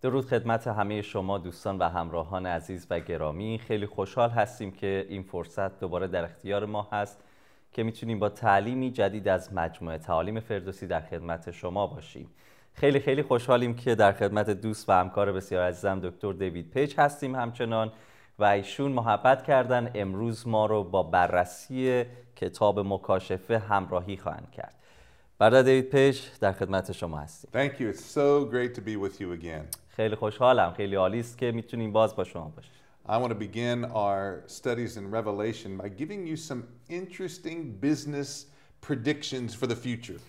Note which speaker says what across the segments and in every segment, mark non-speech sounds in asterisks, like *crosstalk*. Speaker 1: درود خدمت همه شما دوستان و همراهان عزیز و گرامی خیلی خوشحال هستیم که این فرصت دوباره در اختیار ما هست که میتونیم با تعلیمی جدید از مجموعه تعالیم فردوسی در خدمت شما باشیم خیلی خیلی خوشحالیم که در خدمت دوست و همکار بسیار عزیزم دکتر دیوید پیچ هستیم همچنان و ایشون محبت کردن امروز ما رو با بررسی کتاب مکاشفه همراهی خواهند کرد برادر دیوید پیچ در خدمت شما هستیم
Speaker 2: Thank you. It's so great to be with you again.
Speaker 1: خیلی خوشحالم خیلی عالی است که میتونیم باز با شما باشیم
Speaker 2: I want to begin our studies in Revelation by giving you some interesting business predictions for the future.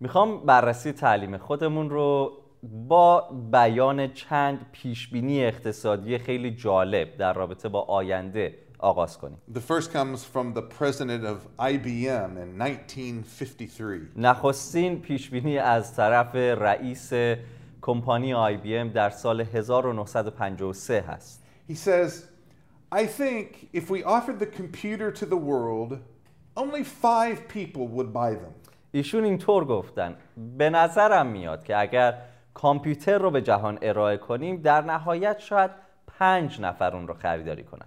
Speaker 1: میخوام بررسی تعلیم خودمون رو با بیان چند پیشبینی اقتصادی خیلی جالب در رابطه با آینده آغاز کنیم
Speaker 2: The first comes from the president of IBM in 1953.
Speaker 1: نخستین پیشبینی از طرف رئیس کمپانی آی بی ام در سال 1953 هست
Speaker 2: He says, I think if we offered the computer to the world, only five people would buy them.
Speaker 1: ایشون اینطور گفتن به نظرم میاد که اگر کامپیوتر رو به جهان ارائه کنیم در نهایت شاید پنج نفر اون رو خریداری کنن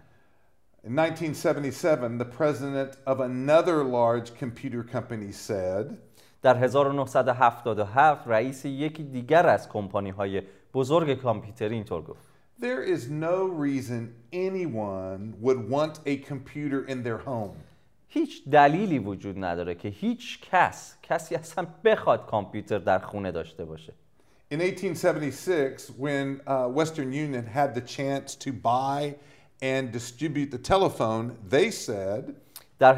Speaker 2: In 1977, the president of another large computer company said,
Speaker 1: در 1977 رئیس یکی دیگر از کمپانی های بزرگ کامپیوتری اینطور گفت
Speaker 2: There is no reason anyone would want a computer in their home.
Speaker 1: هیچ دلیلی وجود نداره که هیچ کس کسی اصلا بخواد کامپیوتر در خونه داشته باشه
Speaker 2: In 1876, when uh, Western Union had the chance to buy and distribute the telephone, they said,
Speaker 1: در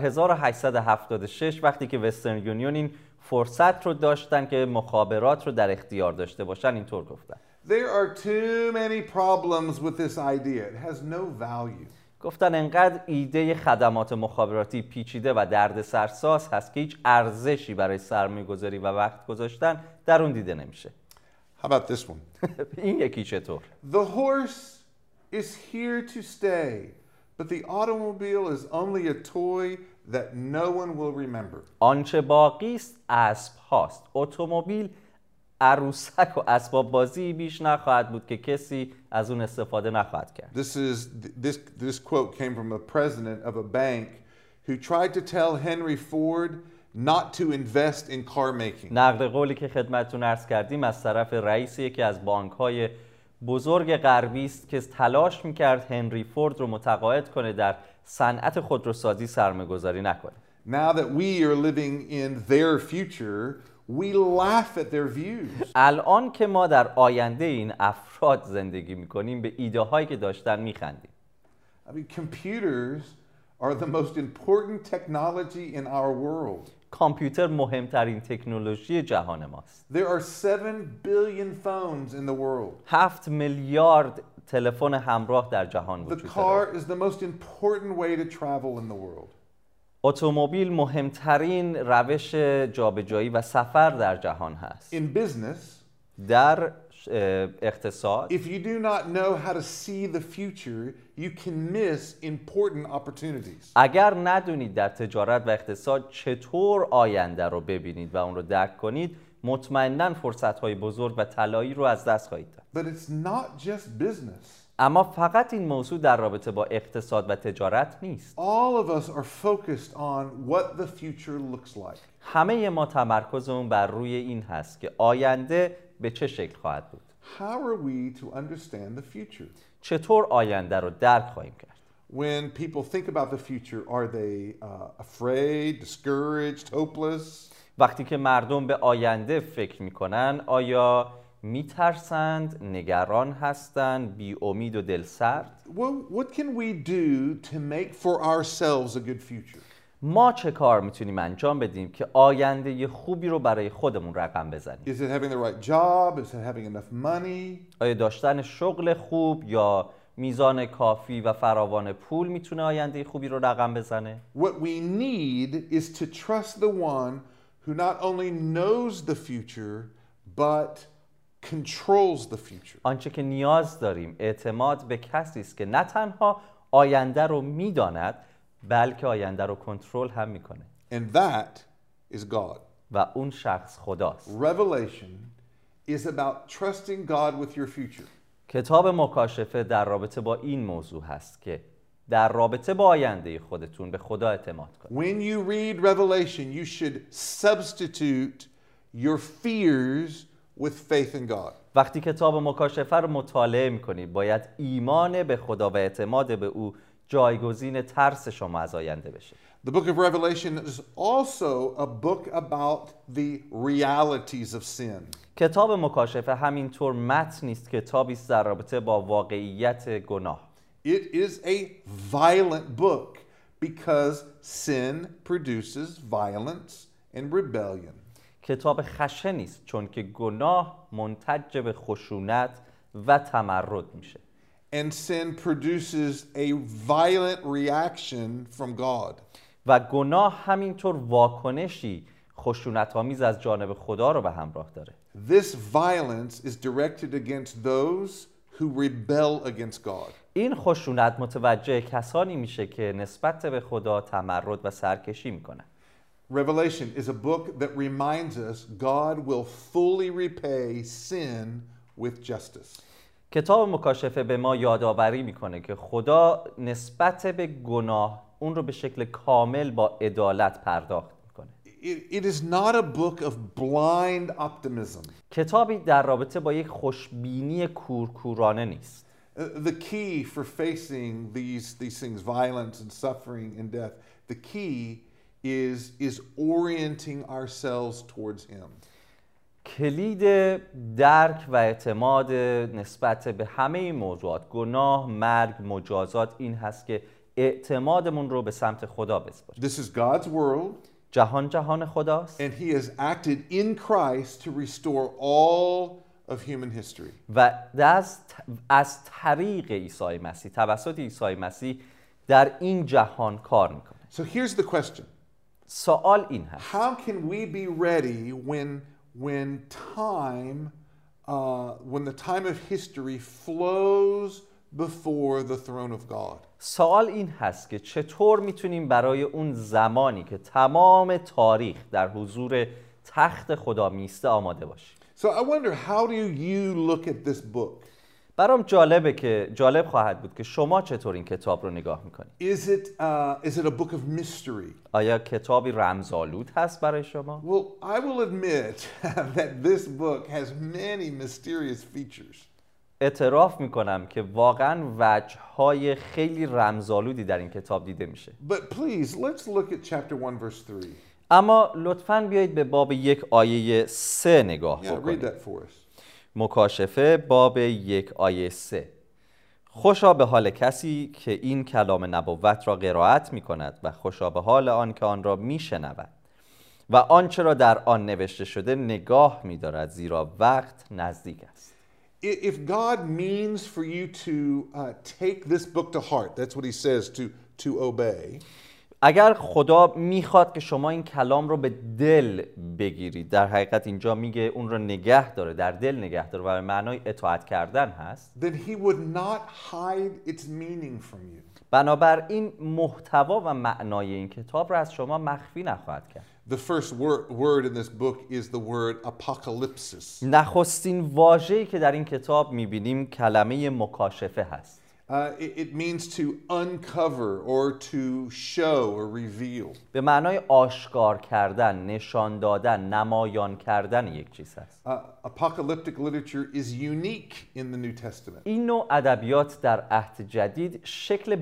Speaker 1: 1876 وقتی که وسترن یونیون این فرصت رو داشتن که مخابرات رو در اختیار داشته باشن اینطور گفتن
Speaker 2: There are too many problems with this idea. It has no value.
Speaker 1: گفتن انقدر ایده خدمات مخابراتی پیچیده و درد سرساز هست که هیچ ارزشی برای سرمایه‌گذاری و وقت گذاشتن در اون دیده نمیشه
Speaker 2: How about this one?
Speaker 1: *laughs* این یکی چطور
Speaker 2: the horse is here to stay, but the automobile is only a toy that no one will remember.
Speaker 1: آنچه باقی است اسب هاست اتومبیل عروسک و اسباب بازی بیش نخواهد بود که کسی از اون استفاده نخواهد کرد
Speaker 2: This is th- this this quote came from a president of a bank who tried to tell Henry Ford not to invest in car making.
Speaker 1: نقل قولی که خدمتتون عرض کردیم از طرف رئیس یکی از بانک های بزرگ غربی است که تلاش میکرد هنری فورد رو متقاعد کنه در صنعت خودروسازی سرمایه‌گذاری نکنه
Speaker 2: Now that we are living in their future, we laugh at their views.
Speaker 1: الان که ما در آینده این افراد زندگی میکنیم به ایده هایی که داشتن میخندیم
Speaker 2: I mean, computers are the most important technology in our world.
Speaker 1: کامپیوتر مهمترین تکنولوژی جهان ماست
Speaker 2: There are 7 billion phones in the world.
Speaker 1: هفت میلیارد تلفن همراه در جهان
Speaker 2: The
Speaker 1: وجود داره
Speaker 2: car is the most important way to travel in the world.
Speaker 1: اتومبیل مهمترین روش جابجایی و سفر در جهان هست
Speaker 2: In business,
Speaker 1: در اه، اقتصاد
Speaker 2: If you do not know how to see the future, you can miss important opportunities.
Speaker 1: اگر ندونید در تجارت و اقتصاد چطور آینده رو ببینید و اون رو درک کنید مطمئنا فرصت های بزرگ و طلایی رو از دست خواهید داد
Speaker 2: But it's not just business.
Speaker 1: اما فقط این موضوع در رابطه با اقتصاد و تجارت نیست
Speaker 2: All of us are focused on what the future looks like.
Speaker 1: همه ما تمرکزمون بر روی این هست که آینده به چه شکل خواهد بود
Speaker 2: How are we to understand the future?
Speaker 1: چطور آینده رو درک خواهیم کرد
Speaker 2: When people think about the future, are they uh, afraid, discouraged, hopeless?
Speaker 1: وقتی که مردم به آینده فکر میکنن آیا میترسند نگران هستند بی امید و دلسرد
Speaker 2: Well, what can we do to make for ourselves a good future?
Speaker 1: ما چه کار میتونیم انجام بدیم که آینده خوبی رو برای خودمون رقم بزنیم
Speaker 2: Is it having the right job? Is it having enough money?
Speaker 1: آیا داشتن شغل خوب یا میزان کافی و فراوان پول میتونه آینده خوبی رو رقم بزنه
Speaker 2: What we need is to trust the one who not only knows the future, but controls the future.
Speaker 1: آنچه که نیاز داریم اعتماد به کسی است که نه تنها آینده رو میداند بلکه آینده رو کنترل هم میکنه
Speaker 2: And that is God.
Speaker 1: و اون شخص خداست
Speaker 2: Revelation is about trusting God with your future.
Speaker 1: کتاب مکاشفه در رابطه با این موضوع هست که در رابطه با آینده خودتون به خدا اعتماد کنید
Speaker 2: When you read Revelation, you should substitute your fears with faith in God.
Speaker 1: وقتی کتاب مکاشفه رو مطالعه میکنید باید ایمان به خدا و اعتماد به او جایگزین ترس شما از آینده بشه
Speaker 2: The book of Revelation is also a book about the realities of sin.
Speaker 1: کتاب مکاشفه همینطور متنی است کتابی است در رابطه با واقعیت گناه
Speaker 2: It is a violent book because sin produces violence and rebellion.
Speaker 1: کتاب خشنی است چون که گناه منتج به خشونت و تمرد میشه
Speaker 2: And sin produces a violent reaction from God.
Speaker 1: و گناه همینطور واکنشی خشونت آمیز از جانب خدا رو به همراه داره
Speaker 2: This violence is directed against those who rebel against God.
Speaker 1: این خشونت متوجه کسانی میشه که نسبت به خدا تمرد و سرکشی میکنن
Speaker 2: Revelation is a book that reminds us God will fully repay sin with justice.
Speaker 1: کتاب مکاشفه به ما یادآوری میکنه که خدا نسبت به گناه اون رو به شکل کامل با عدالت پرداخت میکنه
Speaker 2: It- it is not a book of blind optimism.
Speaker 1: کتابی در رابطه با یک خوشبینی کورکورانه نیست
Speaker 2: Uh, The key for facing these, these things, violence and suffering and death, the key is, is orienting ourselves towards Him.
Speaker 1: کلید درک و اعتماد نسبت به همه این موضوعات گناه، مرگ، مجازات این هست که اعتمادمون رو به سمت خدا بسپاریم
Speaker 2: This is God's world,
Speaker 1: جهان جهان خداست
Speaker 2: and He has acted in Christ to restore all of human history.
Speaker 1: و از, از طریق عیسی مسیح توسط عیسی مسیح در این جهان کار میکنه
Speaker 2: So here's the question
Speaker 1: سوال این هست
Speaker 2: how can we be ready when when time uh, when the time of history flows before the throne of God?
Speaker 1: سوال این هست که چطور میتونیم برای اون زمانی که تمام تاریخ در حضور تخت خدا میسته آماده باشیم
Speaker 2: So I wonder how do you look at this book?
Speaker 1: برام جالبه که جالب خواهد بود که شما چطور این کتاب رو نگاه میکنید
Speaker 2: Is it uh, is it a book of mystery?
Speaker 1: آیا کتابی رمزآلود هست برای شما
Speaker 2: Well, I will admit *laughs* that this book has many mysterious features.
Speaker 1: اعتراف میکنم که واقعا وجههای خیلی رمزآلودی در این کتاب دیده میشه
Speaker 2: But please, let's look at chapter 1 verse 3.
Speaker 1: اما لطفاً بیایید به باب یک آیه سه نگاه
Speaker 2: Yeah, read
Speaker 1: بکنید
Speaker 2: that for us.
Speaker 1: مکاشفه باب یک آیه سه خوشا به حال کسی که این کلام نبوت را قرائت می کند و خوشا به حال آن که آن را می شنود و آنچه را در آن نوشته شده نگاه می دارد زیرا وقت نزدیک است
Speaker 2: I- if God means for you to uh, take this book to heart, that's what he says to, to obey,
Speaker 1: اگر خدا میخواد که شما این کلام رو به دل بگیرید در حقیقت اینجا میگه اون رو نگه داره در دل نگه داره و به معنای اطاعت کردن هست
Speaker 2: then he would not hide its meaning from you.
Speaker 1: بنابراین محتوا و معنای این کتاب را از شما مخفی نخواهد کرد
Speaker 2: The first wor- word in this book is the word apocalypsis.
Speaker 1: نخستین واژه‌ای که در این کتاب می‌بینیم کلمه مکاشفه هست
Speaker 2: Uh, it, it means to uncover or to show or reveal.
Speaker 1: به معنای آشکار کردن، نشان دادن، نمایان کردن یک چیز هست
Speaker 2: Uh, apocalyptic literature is unique in the New Testament.
Speaker 1: این نوع ادبیات در عهد جدید شکل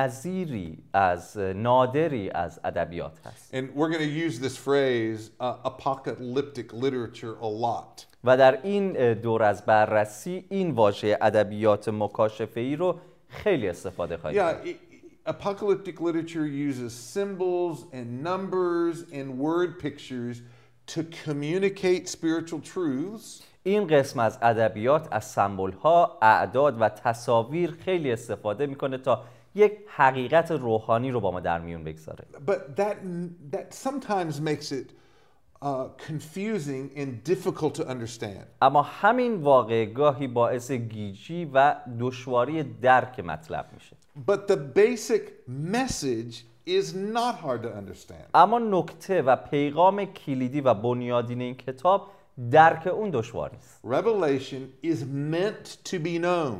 Speaker 1: بی‌نظیری از نادری از ادبیات هست
Speaker 2: And we're going to use this phrase, uh, apocalyptic literature, a lot.
Speaker 1: و در این اه، دور از بررسی این واژه ادبیات مکاشفه‌ای رو خیلی استفاده خواهیم
Speaker 2: Yeah, i i- apocalyptic literature uses symbols and numbers and word pictures to communicate spiritual truths
Speaker 1: این قسم از ادبیات از سمبل ها، اعداد و تصاویر خیلی استفاده میکنه تا یک حقیقت روحانی رو با ما در میون بگذاره.
Speaker 2: but that that sometimes makes it uh, confusing and difficult to understand
Speaker 1: اما همین واقع گاهی باعث گیجی و دشواری درک مطلب میشه.
Speaker 2: but the basic message is not hard to understand
Speaker 1: اما نکته و پیغام کلیدی و بنیادین این کتاب درک اون دشوار نیست
Speaker 2: Revelation is meant to be known.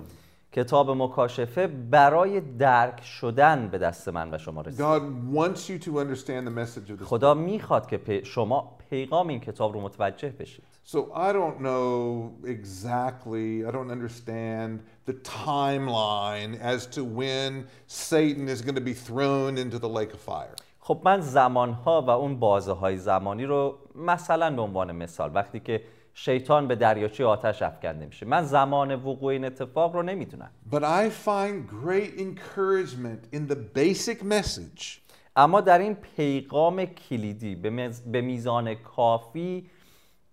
Speaker 1: کتاب مکاشفه برای درک شدن به دست من و شما رسید
Speaker 2: God wants you to understand the message of this.
Speaker 1: خدا میخواد که پی- شما پیغام این کتاب رو متوجه بشید
Speaker 2: So I don't know exactly, I don't understand the timeline as to when Satan is going to be thrown into the lake of fire.
Speaker 1: خب من زمانها و اون بازه های زمانی رو مثلا به عنوان مثال وقتی که شیطان به دریاچه آتش افکنده میشه من زمان وقوع این اتفاق رو نمیدونم
Speaker 2: But I find great encouragement in the basic message
Speaker 1: اما در این پیغام کلیدی به مز- به میزان کافی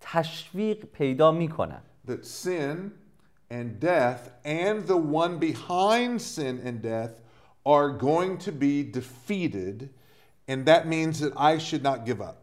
Speaker 1: تشویق پیدا میکنم
Speaker 2: that sin and death and the one behind sin and death are going to be defeated. And that means that I should not give up.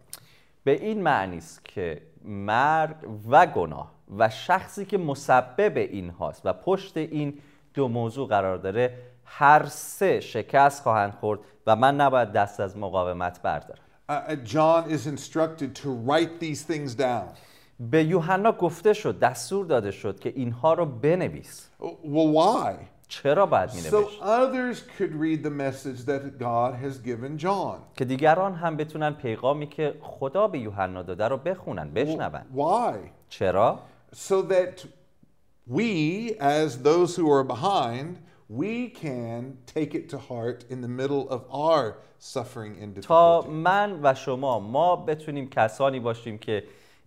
Speaker 1: به این معنی است که مرگ و گناه و شخصی که مسبب این هاست و پشت این دو موضوع قرار داره هر سه شکست خواهند خورد و من نباید دست از مقاومت بردارم
Speaker 2: Uh, uh, John is instructed to write these things down.
Speaker 1: به یوحنا گفته شد دستور داده شد که اینها رو بنویس
Speaker 2: Uh, Well, why?
Speaker 1: چرا باید
Speaker 2: So
Speaker 1: مینوشت
Speaker 2: others could read the message that God has given John.
Speaker 1: که دیگران هم بتونن پیغامی که خدا به یوحنا داده رو بخونن بشنون
Speaker 2: Why?
Speaker 1: چرا
Speaker 2: So that we, as those who are behind, we can take it to heart in the middle of our suffering and
Speaker 1: تا
Speaker 2: difficulty.
Speaker 1: من و شما ما بتونیم کسانی باشیم که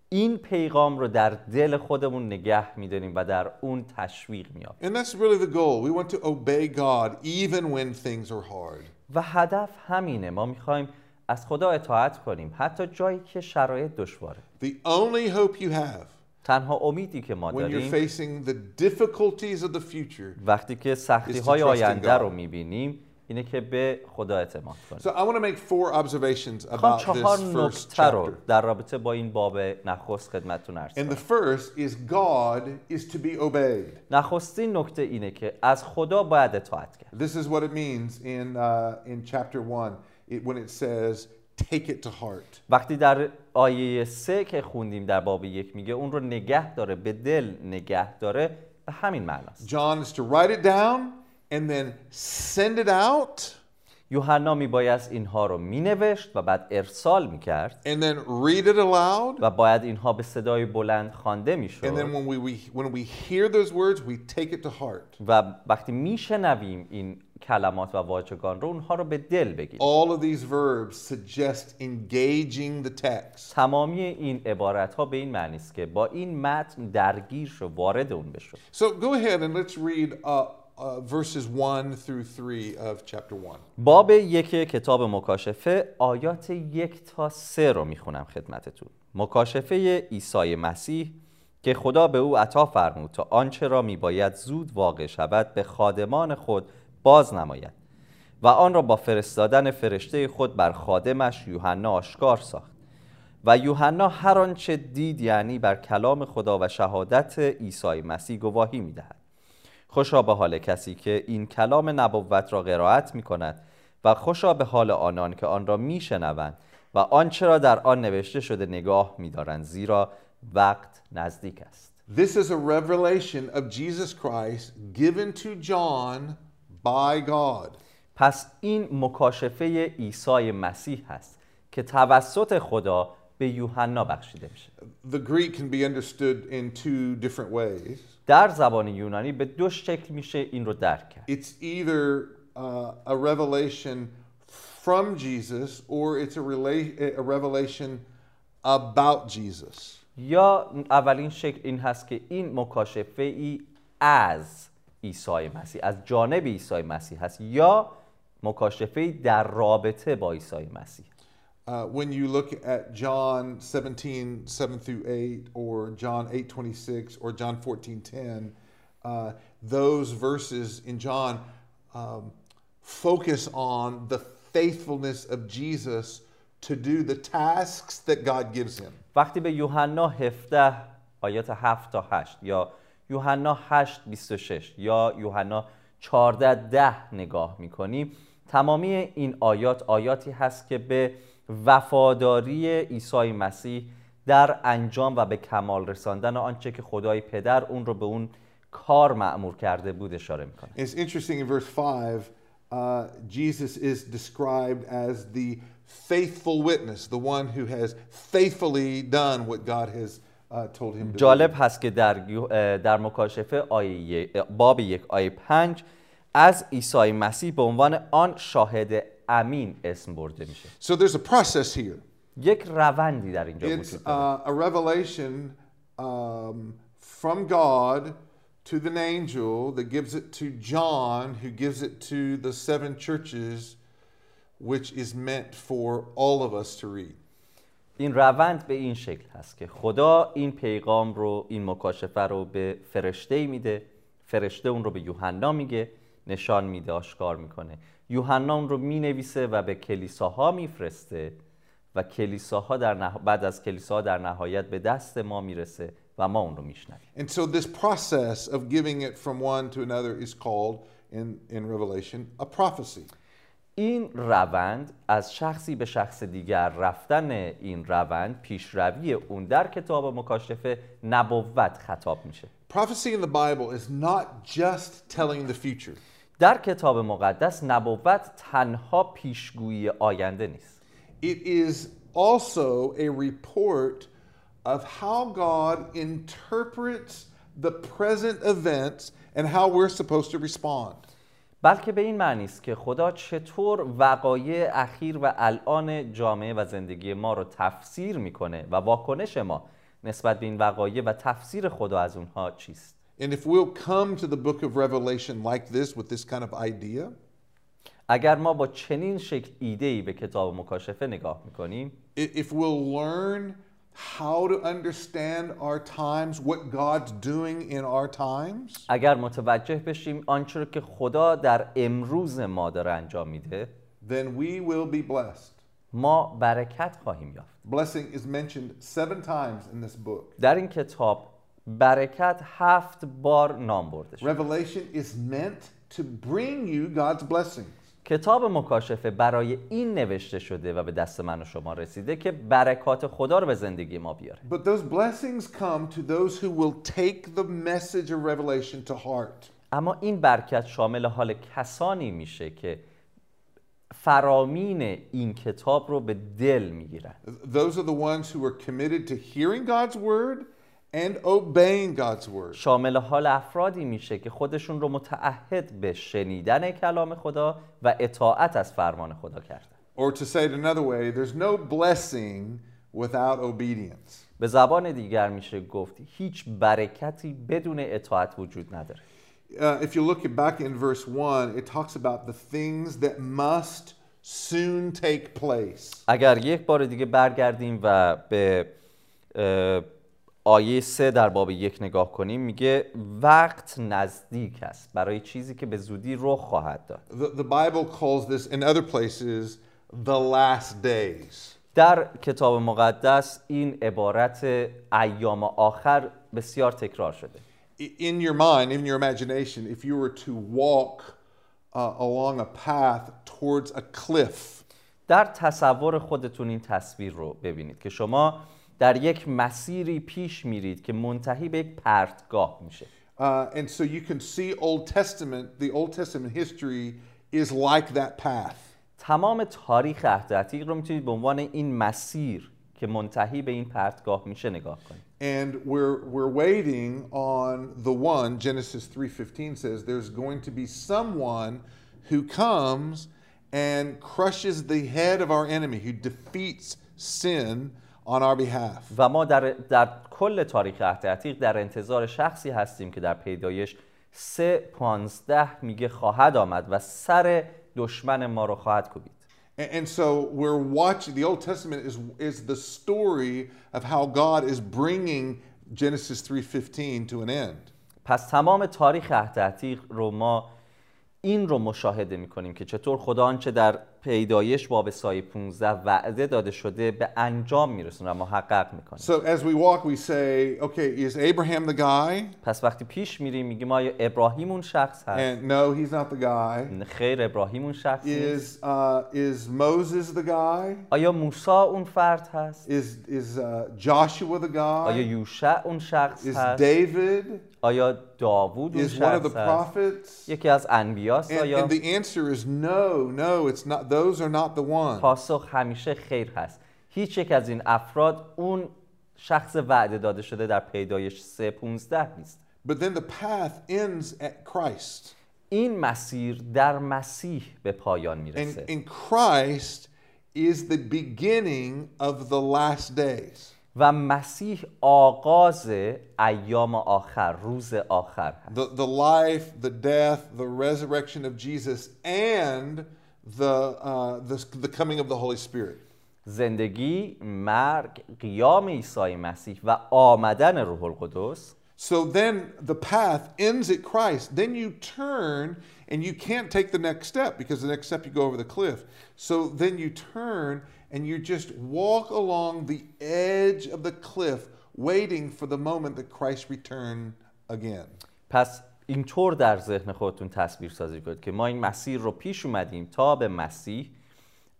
Speaker 1: این پیغام رو در دل خودمون نگه میداریم و در اون تشویق میاد
Speaker 2: And that's really the goal. We want to obey God even when things are hard.
Speaker 1: و هدف همینه ما میخوایم از خدا اطاعت کنیم حتی جایی که شرایط دشواره
Speaker 2: The only hope you have
Speaker 1: تنها امیدی که ما
Speaker 2: when you're
Speaker 1: داریم
Speaker 2: facing the difficulties of the future
Speaker 1: وقتی که سختی
Speaker 2: is to
Speaker 1: های
Speaker 2: trust in
Speaker 1: آینده
Speaker 2: God.
Speaker 1: رو میبینیم اینه که به خدا اعتماد کنیم
Speaker 2: So I want to make four observations
Speaker 1: میخوام
Speaker 2: about
Speaker 1: چهار
Speaker 2: this first
Speaker 1: نکته رو
Speaker 2: chapter.
Speaker 1: در رابطه با این باب نخست خدمتتون عرض
Speaker 2: And
Speaker 1: کنم
Speaker 2: the first is God is to be obeyed.
Speaker 1: نخستین نکته اینه که از خدا باید اطاعت کرد
Speaker 2: This is what it means in uh, in chapter one it, when it says, "Take it to heart."
Speaker 1: وقتی در آیه سه که خوندیم در باب یک میگه اون رو نگه داره به دل نگه داره به همین معناست
Speaker 2: John is to write it down and then send it out
Speaker 1: یوحنا میبایست اینها رو مینوشت و بعد ارسال میکرد
Speaker 2: and then read it aloud.
Speaker 1: و باید اینها به صدای بلند خوانده
Speaker 2: And then
Speaker 1: میشد
Speaker 2: when we, we when we hear those words, we take it to heart.
Speaker 1: و وقتی میشنویم این کلمات و واژگان رو اونها رو به دل بگیریم
Speaker 2: All of these verbs suggest engaging the text.
Speaker 1: تمامی این عبارت ها به این معنی است که با این متن درگیر شو وارد اون بشو
Speaker 2: So go ahead and let's read uh, uh, verses one through three of chapter one.
Speaker 1: باب یک کتاب مکاشفه آیات یک تا سه رو میخونم خدمتتون مکاشفه عیسی مسیح که خدا به او عطا فرمود تا آنچه را میباید زود واقع شود به خادمان خود باز نماید و آن را با فرستادن فرشته خود بر خادمش یوحنا آشکار ساخت و یوحنا هر آنچه دید یعنی بر کلام خدا و شهادت عیسی مسیح گواهی میدهد خوشا به حال کسی که این کلام نبوت را قرائت می کند و خوشا به حال آنان که آن را می شنوند و آنچه را در آن نوشته شده نگاه می دارند زیرا وقت نزدیک است
Speaker 2: This is a revelation of Jesus Christ given to John by God.
Speaker 1: پس این مکاشفه عیسی مسیح است که توسط خدا به یوحنا بخشیده میشه
Speaker 2: The Greek can be understood in two different ways.
Speaker 1: در زبان یونانی به دو شکل میشه این رو درک کرد
Speaker 2: It's either uh, a revelation from Jesus or it's a, rela- a revelation about Jesus.
Speaker 1: یا اولین شکل این هست که این مکاشفه ای از عیسی مسیح از جانب عیسی مسیح هست یا مکاشفه ای در رابطه با عیسی مسیح
Speaker 2: Uh, when you look at John 17, 7 through 8, or John 8, 26, or John 14, 10, uh, those verses in John um, focus on the faithfulness of Jesus to do the tasks that God gives him.
Speaker 1: وقتی به یوحنا 17 آیات 7 تا 8 یا یوحنا 8 26 یا یوحنا 14 10 نگاه میکنیم تمامی این آیات آیاتی هست که به وفاداری عیسی مسیح در انجام و به کمال رساندن آنچه که خدای پدر اون رو به اون کار معمور کرده بود اشاره میکنه
Speaker 2: It's interesting in verse 5, uh, Jesus is described as the faithful witness, the one who has faithfully done what God has uh, told him to do.
Speaker 1: جالب هست که در, گیو- اه، در مکاشفه آیه یک- اه، باب یک آیه پنج از عیسی مسیح به عنوان آن شاهد امین اسم برده میشه
Speaker 2: So there's a process here.
Speaker 1: یک روندی در اینجا
Speaker 2: It's
Speaker 1: وجود داره
Speaker 2: uh, a revelation um, from God to the angel that gives it to John, who gives it to the seven churches, which is meant for all of us to read.
Speaker 1: این روند به این شکل هست که خدا این پیغام رو این مکاشفه رو به فرشته میده فرشته اون رو به یوحنا میگه نشان میده آشکار میکنه یوحنا اون رو مینویسه و به کلیساها میفرسته و کلیساها در نه... بعد از کلیساها در نهایت به دست ما میرسه و ما اون رو میشنویم
Speaker 2: And so this process of giving it from one to another is called in, in Revelation a prophecy.
Speaker 1: این روند از شخصی به شخص دیگر رفتن این روند پیشروی اون در کتاب مکاشفه نبوت خطاب میشه
Speaker 2: Prophecy in the Bible is not just telling the future.
Speaker 1: در کتاب مقدس نبوت تنها پیشگویی آینده نیست
Speaker 2: It is also a report of how God interprets the present events and how we're supposed to respond.
Speaker 1: بلکه به این معنی است که خدا چطور وقایع اخیر و الان جامعه و زندگی ما رو تفسیر میکنه و واکنش ما نسبت به این وقایع و تفسیر خدا از اونها چیست
Speaker 2: And if we'll come to the book of Revelation like this with this kind of idea,
Speaker 1: اگر ما با چنین شکل ایده‌ای به کتاب مکاشفه نگاه میکنیم
Speaker 2: i- if we'll learn how to understand our times, what God's doing in our times,
Speaker 1: اگر متوجه بشیم آنچه رو که خدا در امروز ما داره انجام میده
Speaker 2: then we will be blessed.
Speaker 1: ما برکت خواهیم یافت
Speaker 2: Blessing is mentioned seven times in this book.
Speaker 1: در این کتاب برکت هفت بار نام برده شده
Speaker 2: Revelation is meant to bring you God's blessings.
Speaker 1: کتاب مکاشفه برای این نوشته شده و به دست من و شما رسیده که برکات خدا رو به زندگی ما بیاره
Speaker 2: But those blessings come to those who will take the message of revelation to heart.
Speaker 1: اما این برکت شامل حال کسانی میشه که فرامین این کتاب رو به دل میگیرن
Speaker 2: Th- Those are the ones who are committed to hearing God's word and obeying God's word.
Speaker 1: شامل حال افرادی میشه که خودشون رو متعهد به شنیدن کلام خدا و اطاعت از فرمان خدا کردن
Speaker 2: Or to say it another way, there's no blessing without obedience.
Speaker 1: به زبان دیگر میشه گفت هیچ برکتی بدون اطاعت وجود نداره
Speaker 2: Uh, if you look at back in verse 1, it talks about the things that must soon take place.
Speaker 1: اگر یک بار دیگه برگردیم و به اه، آیه سه در باب یک نگاه کنیم میگه وقت نزدیک است برای چیزی که به زودی رخ خواهد داد
Speaker 2: The, the Bible calls this in other places the last days.
Speaker 1: در کتاب مقدس این عبارت ایام آخر بسیار تکرار شده
Speaker 2: i- in your mind, in your imagination, if you were to walk uh, along a path towards a cliff,
Speaker 1: در تصور خودتون این تصویر رو ببینید که شما در یک مسیری پیش میرید که منتهی به یک پرتگاه میشه
Speaker 2: uh, and so you can see Old Testament, the Old Testament history is like that path.
Speaker 1: تمام تاریخ عهد عتیق رو میتونید به عنوان این مسیر که منتهی به این پرتگاه میشه نگاه کنید
Speaker 2: And we're we're waiting on the one. Genesis three fifteen says there's going to be someone who comes and crushes the head of our enemy, who defeats sin on our behalf.
Speaker 1: و ما در, در کل تاریخ عهد عتیق در انتظار شخصی هستیم که در پیدایش 3 پانزده میگه خواهد آمد و سر دشمن ما رو خواهد کوبید
Speaker 2: And, and so we're watching. The Old Testament is is the story of how God is bringing Genesis three fifteen to an end.
Speaker 1: پس تمام تاریخ عهد عتیق رو ما این رو مشاهده میکنیم که چطور خدا آنچه در پیدایش باب سایه 15 وعده داده شده به انجام میرسونه و محقق میکنه
Speaker 2: So as we walk, we say, okay, is Abraham the guy?
Speaker 1: پس وقتی پیش میریم میگیم آیا ابراهیم اون شخص هست
Speaker 2: And no, he's not the guy.
Speaker 1: خیر ابراهیم اون شخص نیست
Speaker 2: Is uh, is Moses the guy?
Speaker 1: آیا موسی اون فرد هست
Speaker 2: Is is uh, Joshua the
Speaker 1: آیا
Speaker 2: guy?
Speaker 1: یوشع اون شخص
Speaker 2: Is
Speaker 1: هست
Speaker 2: David?
Speaker 1: آیا داوود اون
Speaker 2: Is one of the
Speaker 1: شخص هست
Speaker 2: prophets?
Speaker 1: یکی از انبیاست
Speaker 2: And,
Speaker 1: آیا
Speaker 2: and the answer is no, no. It's not. Those are not the ones.
Speaker 1: پاسخ همیشه خیر هست هیچ یک از این افراد اون شخص وعده داده شده در پیدایش 3 15 نیست
Speaker 2: But then the path ends at Christ.
Speaker 1: این مسیر در مسیح به پایان
Speaker 2: And,
Speaker 1: میرسه
Speaker 2: and Christ is the beginning of the last days.
Speaker 1: و مسیح آغاز ایام آخر روز آخر هست
Speaker 2: The, the life, the death, the resurrection of Jesus, and the, uh, the, the coming of the Holy Spirit.
Speaker 1: زندگی مرگ قیام عیسی مسیح و آمدن روح القدس
Speaker 2: So then the path ends at Christ. Then you turn and you can't take the next step because the next step you go over the cliff. So then you turn and you just walk along the edge of the cliff, waiting for the moment that Christ return again.
Speaker 1: پس اینطور در ذهن خودتون تصویر سازی کنید که ما این مسیر رو پیش اومدیم تا به مسیح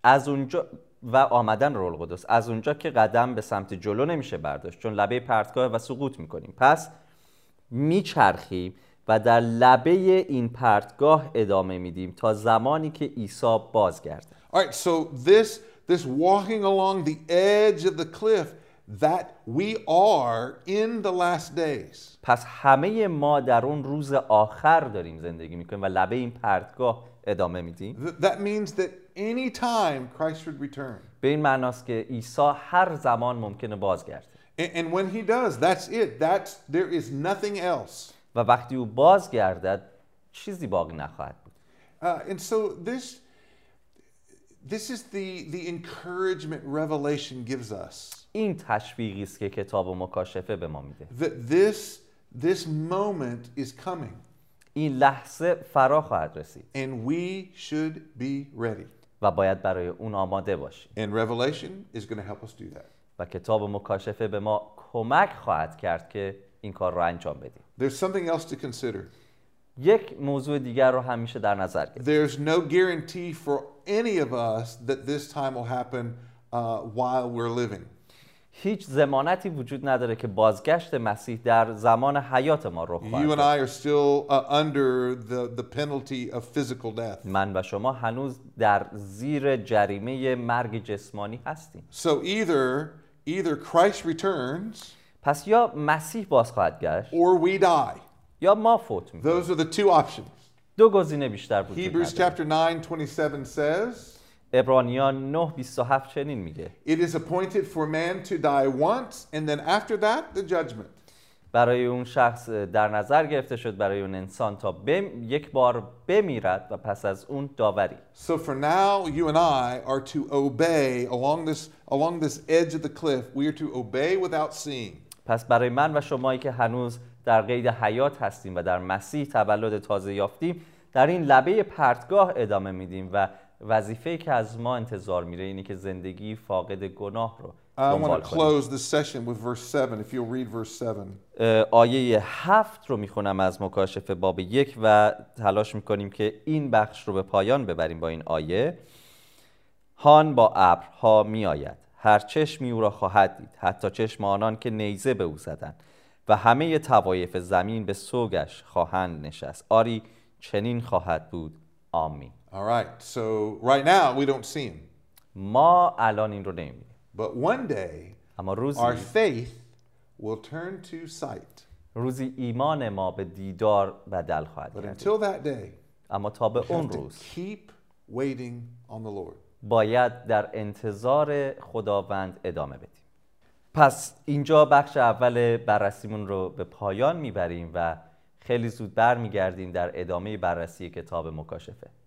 Speaker 1: از اونجا و آمدن رول قدس از اونجا که قدم به سمت جلو نمیشه برداشت چون لبه پرتگاه و سقوط میکنیم پس میچرخیم و در لبه این پرتگاه ادامه میدیم تا زمانی که عیسی بازگرده
Speaker 2: All right, so this this walking along the edge of the cliff that we are in the last days.
Speaker 1: پس همه ما در اون روز آخر داریم زندگی میکنیم و لبه این پرتگاه ادامه میدیم
Speaker 2: Th- that means that any time Christ would return.
Speaker 1: به این معناست که عیسی هر زمان ممکنه بازگرده
Speaker 2: And, and when he does, that's it. That's there is nothing else.
Speaker 1: و وقتی او بازگردد چیزی باقی نخواهد بود
Speaker 2: Uh, and so this this is the the encouragement revelation gives us
Speaker 1: این تشویقی است که کتاب و مکاشفه به ما میده
Speaker 2: that this this moment is coming
Speaker 1: این لحظه فرا خواهد رسید
Speaker 2: and we should be ready.
Speaker 1: و باید برای اون آماده باشیم
Speaker 2: And revelation is going to help us do that.
Speaker 1: و کتاب و مکاشفه به ما کمک خواهد کرد که این کار را انجام بدیم
Speaker 2: There's something else to consider.
Speaker 1: یک موضوع دیگر رو همیشه در نظر گرفت
Speaker 2: There's no guarantee for any of us that this time will happen uh, while we're living.
Speaker 1: هیچ ضمانتی وجود نداره که بازگشت مسیح در زمان حیات ما رخ خواهد
Speaker 2: You and
Speaker 1: داد.
Speaker 2: I are still uh, under the, the penalty of physical death.
Speaker 1: من و شما هنوز در زیر جریمه مرگ جسمانی هستیم
Speaker 2: So either either Christ returns
Speaker 1: پس یا مسیح باز خواهد گشت
Speaker 2: or we die.
Speaker 1: یا ما فوت می‌کنیم.
Speaker 2: Those are the two options.
Speaker 1: دو گزینه بیشتر وجود
Speaker 2: Hebrews
Speaker 1: نداره
Speaker 2: chapter 9, 27 says,
Speaker 1: ابرانیان 9 27 چنین میگه
Speaker 2: It is appointed for man to die once, and then after that, the judgment.
Speaker 1: برای اون شخص در نظر گرفته شد برای اون انسان تا بم... یک بار بمیرد و پس از اون داوری
Speaker 2: So for now, you and I are to obey along this along this edge of the cliff. We are to obey without seeing.
Speaker 1: پس برای من و شمایی که هنوز در قید حیات هستیم و در مسیح تولد تازه یافتیم در این لبه پرتگاه ادامه میدیم و وظیفه که از ما انتظار میره اینه که زندگی فاقد گناه رو
Speaker 2: I
Speaker 1: دنبال
Speaker 2: want to
Speaker 1: کنیم
Speaker 2: close this session with verse 7, if you'll read verse 7.
Speaker 1: آیه هفت رو میخونم از مکاشفه باب یک و تلاش میکنیم که این بخش رو به پایان ببریم با این آیه هان با ابرها میآید هر چشمی او را خواهد دید حتی چشم آنان که نیزه به او زدند و همه توایف زمین به سوگش خواهند نشست آری چنین خواهد بود آمین
Speaker 2: All right, so right now, we don't see him.
Speaker 1: ما الان این رو نمیبینیم
Speaker 2: But one day,
Speaker 1: اما روزی
Speaker 2: our faith will turn to sight.
Speaker 1: روزی ایمان ما به دیدار بدل خواهد
Speaker 2: But
Speaker 1: کرد
Speaker 2: until that day,
Speaker 1: اما تا به
Speaker 2: we
Speaker 1: اون
Speaker 2: *laughs* have to
Speaker 1: روز
Speaker 2: keep waiting on the Lord.
Speaker 1: باید در انتظار خداوند ادامه بدیم پس اینجا بخش اول بررسیمون رو به پایان میبریم و خیلی زود برمیگردیم در ادامه بررسی کتاب مکاشفه